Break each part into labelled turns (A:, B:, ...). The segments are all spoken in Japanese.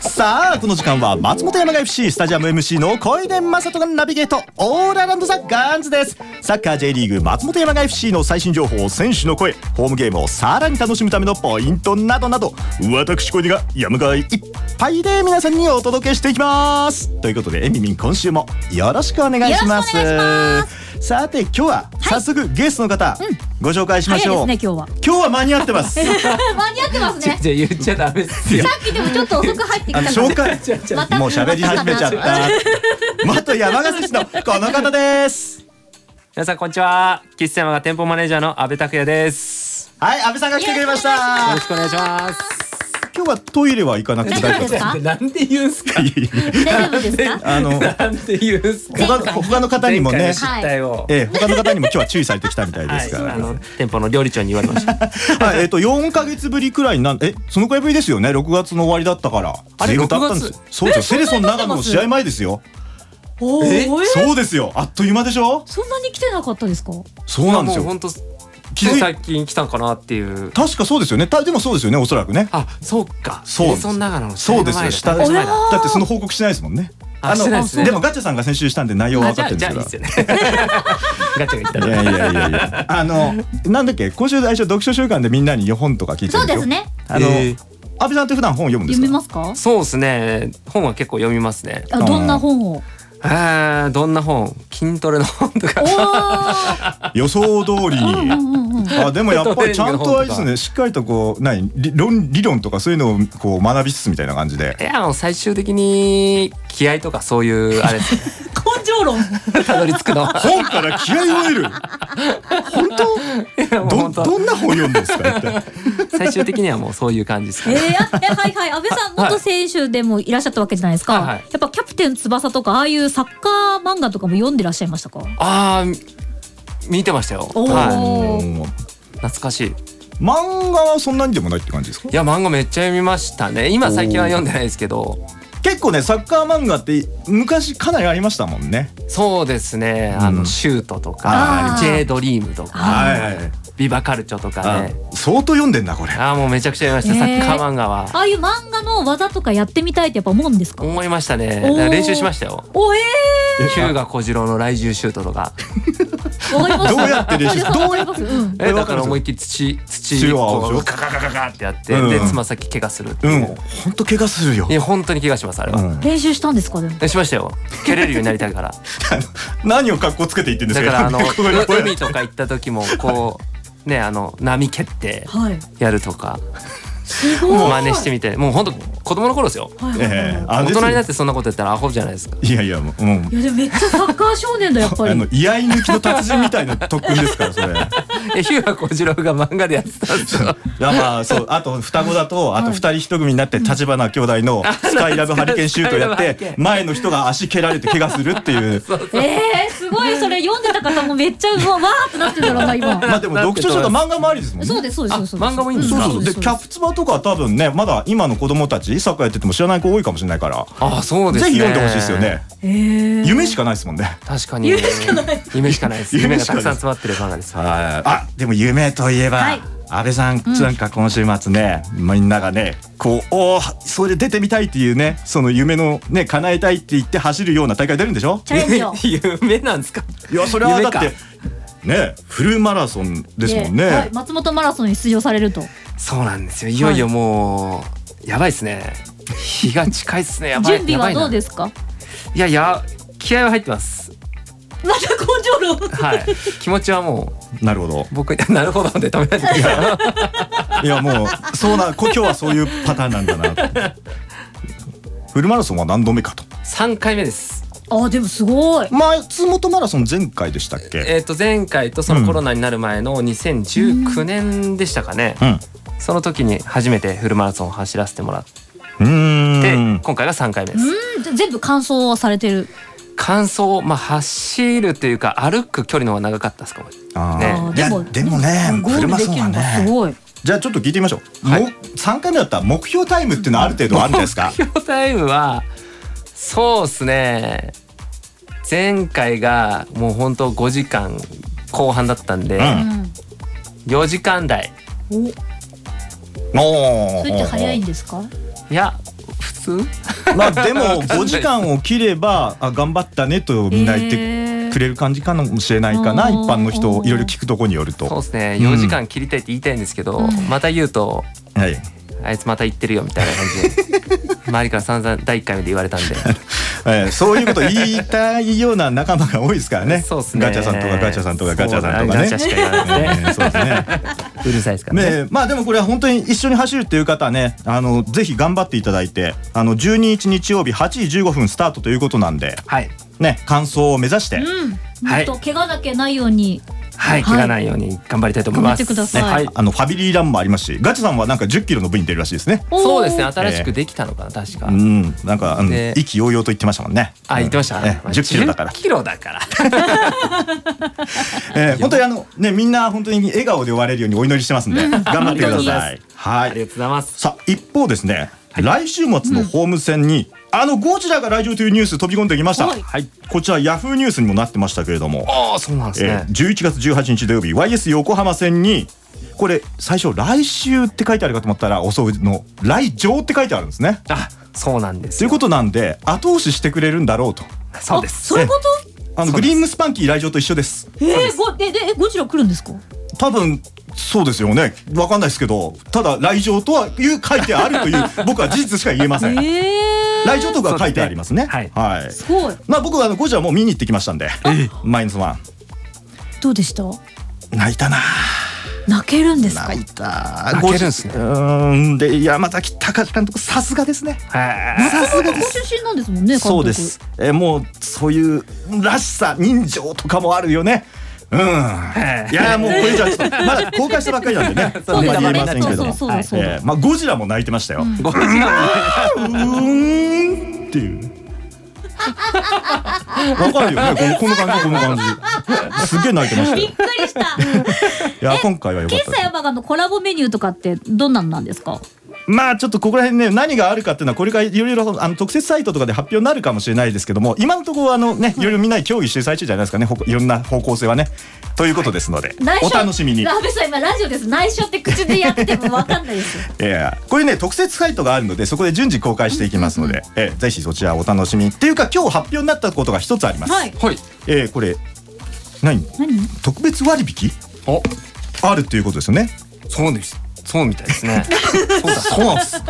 A: さあこの時間は松本山が FC スタジアム MC の小出正人がナビゲートオーラランドザ・ガンズですサッカー J リーグ松本山が FC の最新情報選手の声ホームゲームをさらに楽しむためのポイントなどなど私小出が山がいっぱいで皆さんにお届けしていきますということでえみみん今週もよろしくお願いします
B: よろしくお願いし
A: さて今日は早速ゲストの方、ご紹介しま
B: 早い
A: し
B: で
A: ょう
B: すね今日は
A: 今日は間に合って ます
B: 間に合ってます
C: じゃ
B: ね
C: じゃ言っちゃダメ っすよ
B: さ。っきでもちょっと遅く入ってき
A: あ
B: た
A: の
B: から
A: 紹 介
C: 違う違う
B: また
A: もう喋り始めちゃった。元山形市のこの方です。
C: 皆さんこんにちは。キッス山が店舗マネージャーの阿部拓也です。
A: はい、安倍さんが来てくれまし
C: よ
A: た
C: ろ。しくお願いします。
A: 今日はトイレは行かなくて大丈夫 です。
B: か
C: なんで言うんすか。
B: 大丈夫ですか
A: あの
C: なんで言うんすか。
A: 他の他の方にもね
C: 前回の、失態を。
A: ええ他の方にも今日は注意されてきたみたいで
C: は
A: す
C: い、
A: か
C: あ
A: ら。
C: の店舗の料理長に言われました。
A: はい、えっと4ヶ月ぶりくらいになんえそのくらいぶりですよね。6月の終わりだったから。
C: あれ
A: 随分経ったんです
C: 6。
A: そうですよ。セレソン長野の試合前ですよ。
B: おー
C: え
B: え
A: そうですよ。あっという間でしょ。
B: そんなに来てなかったですか
A: そうなんです
C: も
A: よ。
C: う本当
A: 気づい
C: 最近来たんかなっていう。
A: 確かそうですよね。たでもそうですよね。おそらくね。
C: あ、そうか。
A: そうです
C: そん長野の
A: そうですよ。
C: 下
A: 下
C: の前だ。
A: だってその報告しないですもんね。
C: あしてないですね
A: でもガチャさんが先週したんで内容は
C: あ
A: 分
C: じ
A: か
C: ゃ
A: って
C: あ
A: るん
C: じ
A: で
C: ゃ
A: す
C: あい
A: け
C: い
A: ど
C: っ。すよね。 ガチャが
A: い
C: 言っ
A: やいやいやいや。あのなんだっけ今週最初読書週間でみんなに本とか聞いてる
B: そ
A: ん
B: う
A: で
B: で
A: よ
B: すす。ね
C: た。
A: あの
C: えー
A: 安倍さんって普段本読むんです
B: 読
A: か。
B: みますか
C: そうですね。本は結構読みますね。
B: あどんな本を
C: あーどんな本？筋トレの本とか
B: お。ー
A: 予想通りに。
B: うんうんうんうん
A: あでもやっぱりちゃんとあれですねしっかりとこう何理論理論とかそういうのをこう学びつつみたいな感じで
C: いやもう最終的に気合とかそういうあれですね
B: 根性論
C: たどり着くのは
A: 本から気合を得る
C: いやもう
A: ど
C: 本当
A: どんな本読んでんですか一体
C: 最終的にはもうそういう感じです
B: え
C: か
B: ー
C: ね。
B: あえはいはい安倍さん
C: はい
B: 元選手でもいらっしゃったわけじゃないですか、
C: はいはい
B: やっぱキャプテン翼とかああいうサッカー漫画とかも読んでらっしゃいましたか
C: ああ見てましたよ。
B: おー
C: は
A: うん
C: い、懐かしい。い
A: 漫画はそんなにでもないって感じですか
C: や漫画めっちゃ読みましたね。今最近は読んでないですけど、
A: 結構ねサッカー漫画って昔かなりありましたもんね
C: そうですね。あ
A: うん
C: のシュートと
B: あ
C: か、
B: ー
C: J ドリームとか、
A: はいはいはい
C: ビバカルチョとか
A: あ
C: ね。
A: 相当読んでんなこれ
C: ああもうめちゃくちゃ読みました。
B: ねー
C: サッカー漫画は
B: ああいう漫画の技とかやってみたいってやっぱ思うんですか
C: 思いましたね。だ
B: おー
C: から練習しましたよ。
B: おえ
C: ヒューガ小次郎の来住シュートとか。
B: ーわかりま
A: ど
B: す
A: うやって練 習
B: 安倍さん
A: どうやっ
B: わかりますうん
C: えだから思いっきり土土
A: 土を
C: をこ
A: そう
C: うガガガガガってやって、
A: うん
C: でつま先怪我するって
A: う
C: い
A: ん
C: う、
A: 本当怪我するよ
C: いや本当に怪我しますあれは、
A: うん
B: 練習したんですかでも
C: えしましたよ蹴れるようになりたいから
A: 何を格好つけて言ってんです
C: だ
A: か
C: からあの う
A: ここにこうやって
C: 海とか行った時もこうねあの波蹴って
B: はい
C: やるとか
B: すごい
C: 真似してみてもう本当子供の頃ですよ
B: はいはいはい
A: ええあれ
C: 大
A: です
C: 人になってそんなことやったらアホじゃない ですか
A: いやいやもうもう
B: いやでもめっちゃサッカー少年だやっぱ
A: あ
B: り
A: の居合抜きの達人みたいな特訓です からそれ。いや
C: えヒューガ小次郎が漫画でやってたんですよ
A: まあそうあと双子だとあと二人一組になって立花兄弟のスカイラブハリケーンシュートやっ
C: スカイラブハリケ
A: て
C: ーン
A: 前の人が足蹴られて怪我するって いう。
B: えー、すごいそれ読んでた方もめっちゃうわわーってなってるだろうな 今
A: まあでも読書書と漫画もありですもんね。
B: そうですそうですそうです
C: あ漫画もいいんです
A: そう
C: か
A: そうそうでキャプツバとかは多分ねまだ今の子供たちサッカーやってても知らない子多いかもしれないから、
C: ああそうです
A: ぜ
C: ね
A: ひ読んでほしいですよね、
B: えー
A: 夢しかないですもんね
C: 確かに夢しかない夢しかないです夢がたくさん詰まってる漫画です
A: はいあでも夢といえば、
B: はい
A: 安倍さん、なんか今週末ねみんながねこうおーそれ出てみたいっていうねその夢のね叶えたいって言って走るような大会出るんでしょ
B: チャレンジを
C: 夢なんですか
A: いやそれはだ
C: 夢
A: って
C: か
A: ねフルマラソンですもん
B: えーは
A: ね
B: い、。松本マラソンに出場されると
C: そうなんですよ。いよいよもう、やばいですね。日が近いですね。やばい。
B: 準備はどうですか
C: すいやいや、気合は入ってます。
B: また根性論
C: はい。気持ちはも
A: なるほど
C: う、僕、 なるほどで止めないでください。
A: いやもうそうなこ今日はそういうパターンなんだなとフルマラソンは何度目かと
C: 三回目です。
B: あでもすごい
A: 松本マラソン前回でしたっけ、
C: えっ、と、前回とそのコロナになる前の2019年でしたかね。その時に初めてフルマラソンを走らせてもらって、
A: うんうーん
C: 今回が三回目です。
B: うんぜ全部完走はされてる
C: 完走、まあ、走るというか、歩く距離の方が長かったですかも。
A: あ
C: ね
A: ー
B: あー
A: いやでもね
B: ゴ
A: フ
B: ー
A: ル
B: ル
A: マ
B: で
A: ラソ
B: き
A: ン
B: る
A: は
B: のがす
A: ね
B: ごい
A: じゃあちょっと聞いてみましょう、
C: はい
A: もう3回目だったら目標タイムっていうのはある程度あるんじゃないです か
C: 目標タイムはそうですね前回がもう本当5時間後半だったんで、
A: うん
C: 4時間台
B: うんお
A: おー
B: それって早いんですか
C: いや普ます
A: まあでも5時間を切ればあ頑張ったねとみんな言ってくれる感じかもしれないかな、
B: えー
A: 一般の人いろいろ聞くとこによる
C: そう
A: と。
C: ですね
A: うん
C: 4時間切りたいって言いたいんですけど、
B: うん
C: また言うと
A: はい
C: あいつまた言ってるよみたいな感じで周りから散々第1回目で言われたんで
A: えーそういうこと言いたいような仲間が多いですからね。
C: そうっすね
A: ガチャさんとかガチャさんとかガチャさんとかね。
C: そうだガチャしか言わないですね
A: えーそうです ね。
C: うるさいですからね
A: ねえまあでもこれは本当に一緒に走るっていう方はねあのぜひ頑張っていただいてあの12日日曜日8時15分スタートということなんで
C: はい
A: ね完走を目指して、
B: うん、
C: は
B: はいい、と怪我だけないように
C: はい
B: はい
C: 切らないように頑張りたいと思います
B: 頑張ってください
C: ね
A: あのファミリーランもありますしガチさんはなんか10キロの部に出るらしいですね
B: おー
C: そうですね新しくできたのかな確か、
A: うんなんかあの
C: で
A: 意気揚々と言ってましたもんね
C: あ言ってました、
A: うんええ10キロだから
C: 10キロだから
A: えー本当にあのねみんな本当に笑顔で終われるようにお祈りしてますんで頑張 ってくださいは
C: ありがと
A: いう
C: ござ います
A: さあ一方ですね、来週末のホーム戦に、あのゴジラが来場というニュース飛び込んできました、
B: はい
C: はい
A: こちらヤフーニュースにもなってましたけれども
C: ああそうなんですね
A: えー、11月18日土曜日 YS 横浜戦にこれ最初「来週」って書いてあるかと思ったらおそうの「来場」って書いてあるんですね。
C: あそうなんです
A: という
C: よ
A: ことなんで後押ししてくれるんだろうと
C: そうです
B: あそういうこと
A: あの
C: そうです
A: グリーンスパンキー来場と一緒です
B: えー、ごででえゴジラ来るんですか
A: 多分そうですよねわかんないですけどただ来場とはいう書いてあるという僕は事実しか言えませ ん、
B: えー、
A: 来場とか書いてありますね
C: そうですね
A: はい、
B: すごい
A: まあ僕はあのゴジラもう見に行ってきましたんで、マイナスワ
B: どうでした
A: ン泣いたな
B: 泣けるんですか
A: 泣いた
C: 泣けるんすね
A: うーんで山崎隆監督さすがですね
C: はい
A: さすが
B: ご出身なんですもんね監督
A: そうです、えーもうそういうらしさ人情とかもあるよねうんいやーもうこれじゃちょっとまだ公開したばっかりなんでね
B: そうです
A: あんまり言えませんけど
B: そうそうそうそう
A: えーまあゴジラも泣いてましたよ、う
C: ごめんなさい
A: ーんっていうわかるよねこのこの感じこの感じすっげえ泣いてました
B: び
A: よ
B: っくりした
A: いや今回は良かっ
B: 喫
A: た
B: 茶山がのコラボメニューとかってどんなんなんですか
A: まあちょっとここら辺ね何があるかっていうのはこれからいろいろあの特設サイトとかで発表になるかもしれないですけども今のところあのねいろいろみんなで協議してる最中じゃないですかねほこいろんな方向性はねということですので
B: 内緒
A: お楽しみに。
B: 安倍さん今ラジオです内緒って口でやっててもわかんないですよ
A: ええこれね特設サイトがあるのでそこで順次公開していきますので、ええぜひそちらお楽しみにっていうか今日発表になったことが一つあります。
B: はい
C: はい
A: ええこれ何
B: 何
A: 特別割引
C: お
A: あるっていうことですよね。
C: そうですそうみたいですねそうだ
A: そうなんです。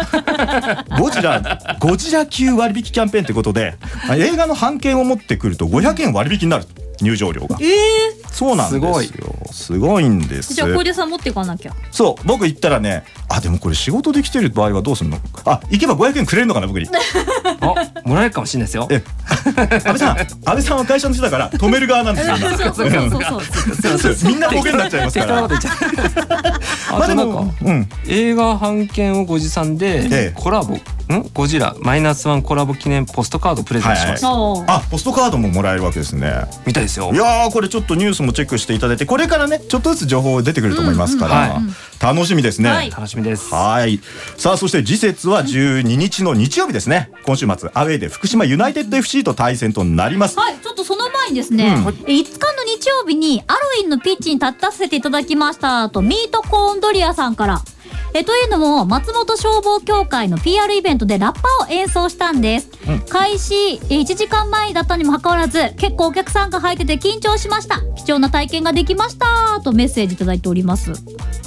A: ゴジラ、ゴジラ級割引キャンペーンってことで、映画の半券を持ってくると500円割引になる入場料が。
B: ええ
A: そうなんですよ。
C: す
A: すごいんです。
B: じゃあ小出さん持っていかな きゃ
A: そう、僕行ったらね、あ、でもこれ仕事できてる場合はどうするの。あ、行けば500円くれるのかな、 僕に。
C: あもらえるかもしれないですよ
A: え安倍さん、安倍さんは会社の人だから、止める側なんですよ。今
B: そうそうそうそうそう
A: そうですみんなボケになっちゃいますか
C: 適当
A: ら
C: なこ。と言っちゃう
A: まあ
C: あ
A: で
C: となん
A: も
C: か、
A: うん、
C: 映画版権をご持参で、
A: ええ
C: コラボんゴジラマイナスワンコラボ記念ポストカードプレゼントします、
B: そう
A: あ、ポストカードももらえるわけですね。
C: みたいですよ
A: いやーこれちょっとニュースもチェックしていただいてこれからねちょっとずつ情報出てくると思いますから、
C: うん
B: うん
A: 楽しみですね。は
B: はいい
C: 楽しみです
A: さあそして次節は12日の日曜日ですね今週末アウェーで福島ユナイテッド FC と対戦となります。
B: はい、ちょっとその前にですね、え5日の日曜日にアロインのピッチに立たせていただきましたと、ミートコーンドリアさんから。えというのも、松本消防協会の PR イベントでラッパを演奏したんです。開始え1時間前だったにもかかわらず、結構お客さんが入ってて緊張しました。貴重な体験ができましたとメッセージいただいております。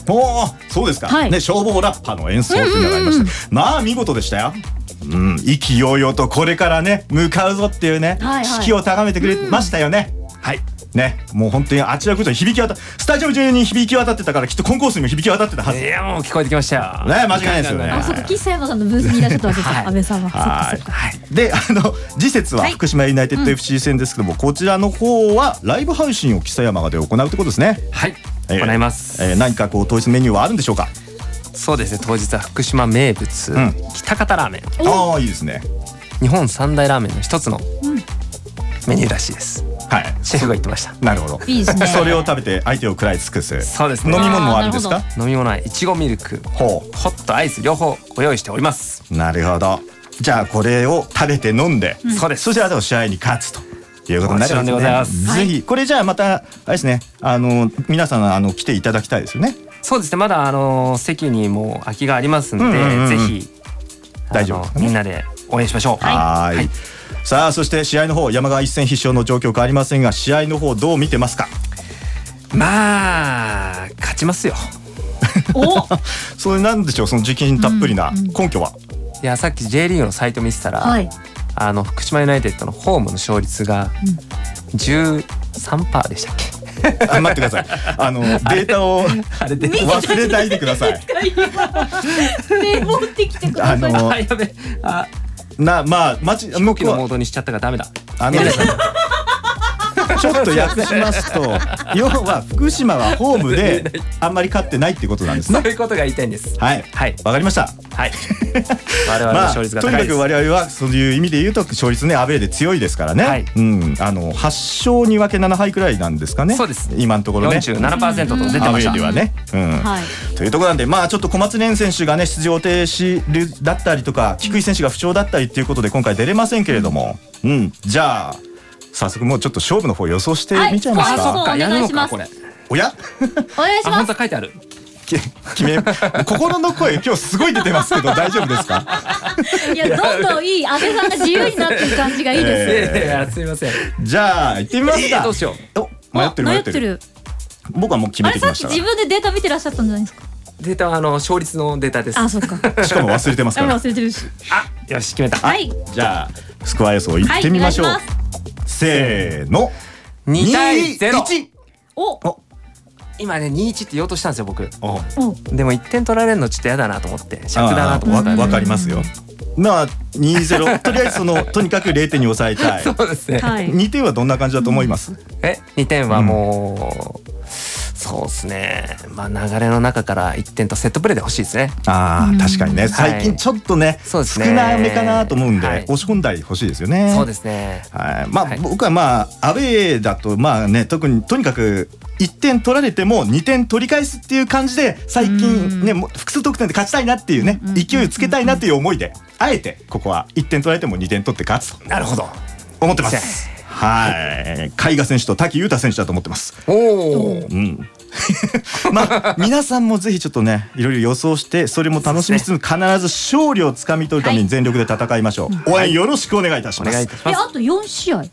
A: おーそうですか、
B: はい
A: ね消防ラッパの演奏というのがありました、
B: うんうんうん
A: まあ見事でしたよ。うん、意気揚々とこれからね向かうぞっていうね、
B: はいはい
A: 士気を高めてくれましたよね。
C: はい
A: ね、もう本当にあちらこちら響き渡スタジオ中に響き渡ってたからきっとコンコースにも響き渡ってたはいず
C: やもう聞こえてきましたよ
A: ね間違いないですよね
B: あ、そっか、岸山さんのブースにいらっしゃったわけですか、
C: はい
B: 安倍さんは。そっか
A: は
B: そ
A: い
B: っか
A: であの次節は
B: はい
A: 福島ユナイテッド FC 戦ですけども、こちらの方はライブ配信を木山まで行うということですね、
C: はい
A: えー
C: 行います、
A: えー何かこう統一メニューはあるんでしょうか
C: そうですね当日は福島名物、
A: ん
C: 北方ラーメン
A: ああいいですね
C: 日本三大ラーメンの一つのメニューらしいです
A: はい
C: シェフが言ってました
A: なるほど
B: いいです ね
A: それを食べて相手を食らい尽くす
C: そうです
A: 飲
C: ね
A: み物もあるんです
B: あ
A: か
C: 飲み物はいちごミルク
A: ほ
C: ホットアイス両方ご用意しております
A: うなるほどじゃあこれを食べて飲んで、
C: そうです
A: そしてあとは試合に勝つということになりますね
C: もちろんでございます
A: ぜひこれじゃあまたあれですねあの皆さんあの来ていただきたいですよね
C: そうですねまだあの席にもう空きがありますので、
A: うんうんうん
C: ぜひ
A: 大丈夫ですか
C: あのみんなで応援しましょう。
A: はーい
C: はい
A: さあそして試合の方山川一戦必勝の状況変わりませんが試合の方どう見てますか
C: まあ勝ちますよ。
B: お
A: それなんでしょうその自信たっぷりな
B: うんうん
A: 根拠は、
C: いやさっき J リーグのサイト見てたら、
B: はい。
C: あの福島ユナイテッドのホームの勝率が
B: うん
C: 13%でしたっけ？
A: あ待ってくださいあのデータを
C: あれで。
A: 忘れないでください
B: 冷房ってきてく
A: あ
B: ださい。
A: の
C: あやべ。あ
A: なまあまち
C: 飛行機
A: 僕
C: の
A: は
C: モードにしちゃったからダメだ。
A: あのちょっと訳しますと要は福島はホームであんまり勝ってないってことなんです
C: そう
A: ね
C: いうことが言いたいんです。
A: はい
C: はい
A: わかりました
C: はい。 我々の
A: まあ、と
C: 勝
A: に
C: 率
A: か
C: が高いで
A: く
C: す。
A: 我々はそういう意味で言うと勝率ねアベーで強いですからね、
C: はい
A: うん、あの8勝2分け7敗くらいなんですかね
C: そうです
A: 今のところね
C: 47%と出て
A: アウ
C: ま
A: ェ
C: し
A: ー
C: た
A: で。はね、うん
B: はい。
A: というところなんで、まあ、ちょっと小松蓮選手がね出場停止だったりとか菊井選手が不調だったりということで今回出れませんけれども、うんじゃあ早速もうちょっと勝負の方予想してみちゃいます
C: あ
A: か、
B: は
C: そっかやる
B: お願
C: の
B: いしま
C: か
B: す
C: これ。
A: おや
B: お願いし
C: あ
B: ま
C: 本
B: す。
C: 当書いてある。
A: き決め心の声今日すごい出てますけど大丈夫ですか
B: いや、どんどんいい、安倍さんが自由になってる感じがいいです。
A: えー
C: いやいやすみません。
A: じゃあ行ってみます
C: え
A: か
C: ーどうしよ
A: お迷ってる迷ってる僕はもう決
B: あ
A: め
B: れ
A: てき
B: さっ
A: ま
B: き
A: したか
B: 自分でデータ見てらっしゃったんじゃないですか。
C: う。データはあの勝率のデータです。
B: あ、そっか。
A: らしかも忘れてます
B: あ
A: か
B: れ
A: ら
B: 忘れてるし。
C: あよし決めた。
B: はい。
A: じゃあスコア予想行ってみましょう、
B: はいお願いし
A: せーの
C: 2対0
A: 1
B: お。
A: お
C: 今ね21って言おうとしたんですよ僕
A: お
B: お。
C: でも1点取られるのちょっとやだなと思って尺だなと思った
A: あーわ
C: んで
A: わかりますよ。まあ2ゼ0とりあえ ずそのとにかく0点に抑えた い。
C: そうですね、
B: はい。
A: 2点はどんな感じだと思います。
C: え2点はもう、そうですねまあ流れの中から1点とセットプレーで欲しいですね
A: ああ確かにね最近ちょっとね、
C: そうです
A: 少
C: ね
A: なめかなと思うんで、
C: はい
A: 押し込んだり欲しいですよね。
C: そうですね
A: はい、まあ、
C: はい
A: 僕はまあアウェーだとまあね特にとにかく1点取られても2点取り返すっていう感じで最近ねもう複数得点で勝ちたいなっていうね
B: うん
A: 勢いつけたいなという思いであえてここは1点取られても2点取って勝つと
C: なるほど
A: 思ってます。はい、海賀選手と滝裕太選手だと思ってます。
C: おお
A: うん、 まあ皆さんもぜひちょっとねいろいろ予想してそれも楽しみつつ必ず勝利をつかみ取るために全力で戦いましょう、応援よろしくお願いいたし
C: お
A: ます、
C: 願いいたし
B: え、
C: ます
B: あと四試合。は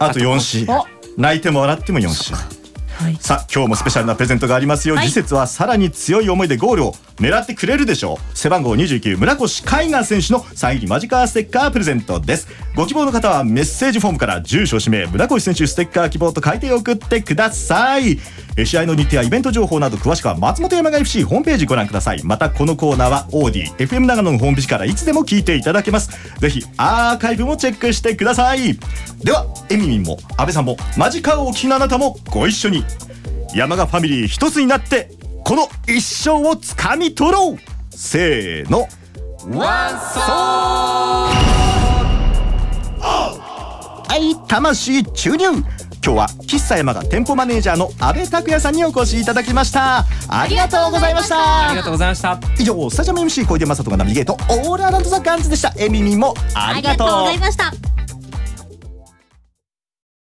A: あと4試合
B: あ
A: 泣いても笑っても4試合
B: い。
A: さあ今日もスペシャルなプレゼントがありますよ、
B: はい
A: 次節はさらに強い思いでゴールを狙ってくれるでしょう背番号29村越海岸選手のサイン入りマジカーステッカープレゼントですご希望の方はメッセージフォームから住所氏名村越選手ステッカー希望と書いて送ってくださいえ試合の日程やイベント情報など詳しくは松本山が FC ホームページご覧くださいまたこのコーナーは ODFM 長野のホームページからいつでも聞いていただけますぜひアーカイブもチェックしてくださいではエミミンも安倍さんもマジカーをお聞きのあなたもご一緒に山賀ファミリー一つになってこの一生をつかみ取ろうせーの
C: ワンソー
A: はい魂注入今日は喫茶山が店舗マネージャーの阿部拓也さんにお越しいただきましたありがとうございまし
C: あ
A: た
C: りがとうございました
A: 以上スタジアム MC 小出正人がナビゲートオールアラウンドザガンズでしたエミミンもあ
B: あ
A: り
B: り
A: が
B: がと
A: と
B: うご
A: う
B: ざいました。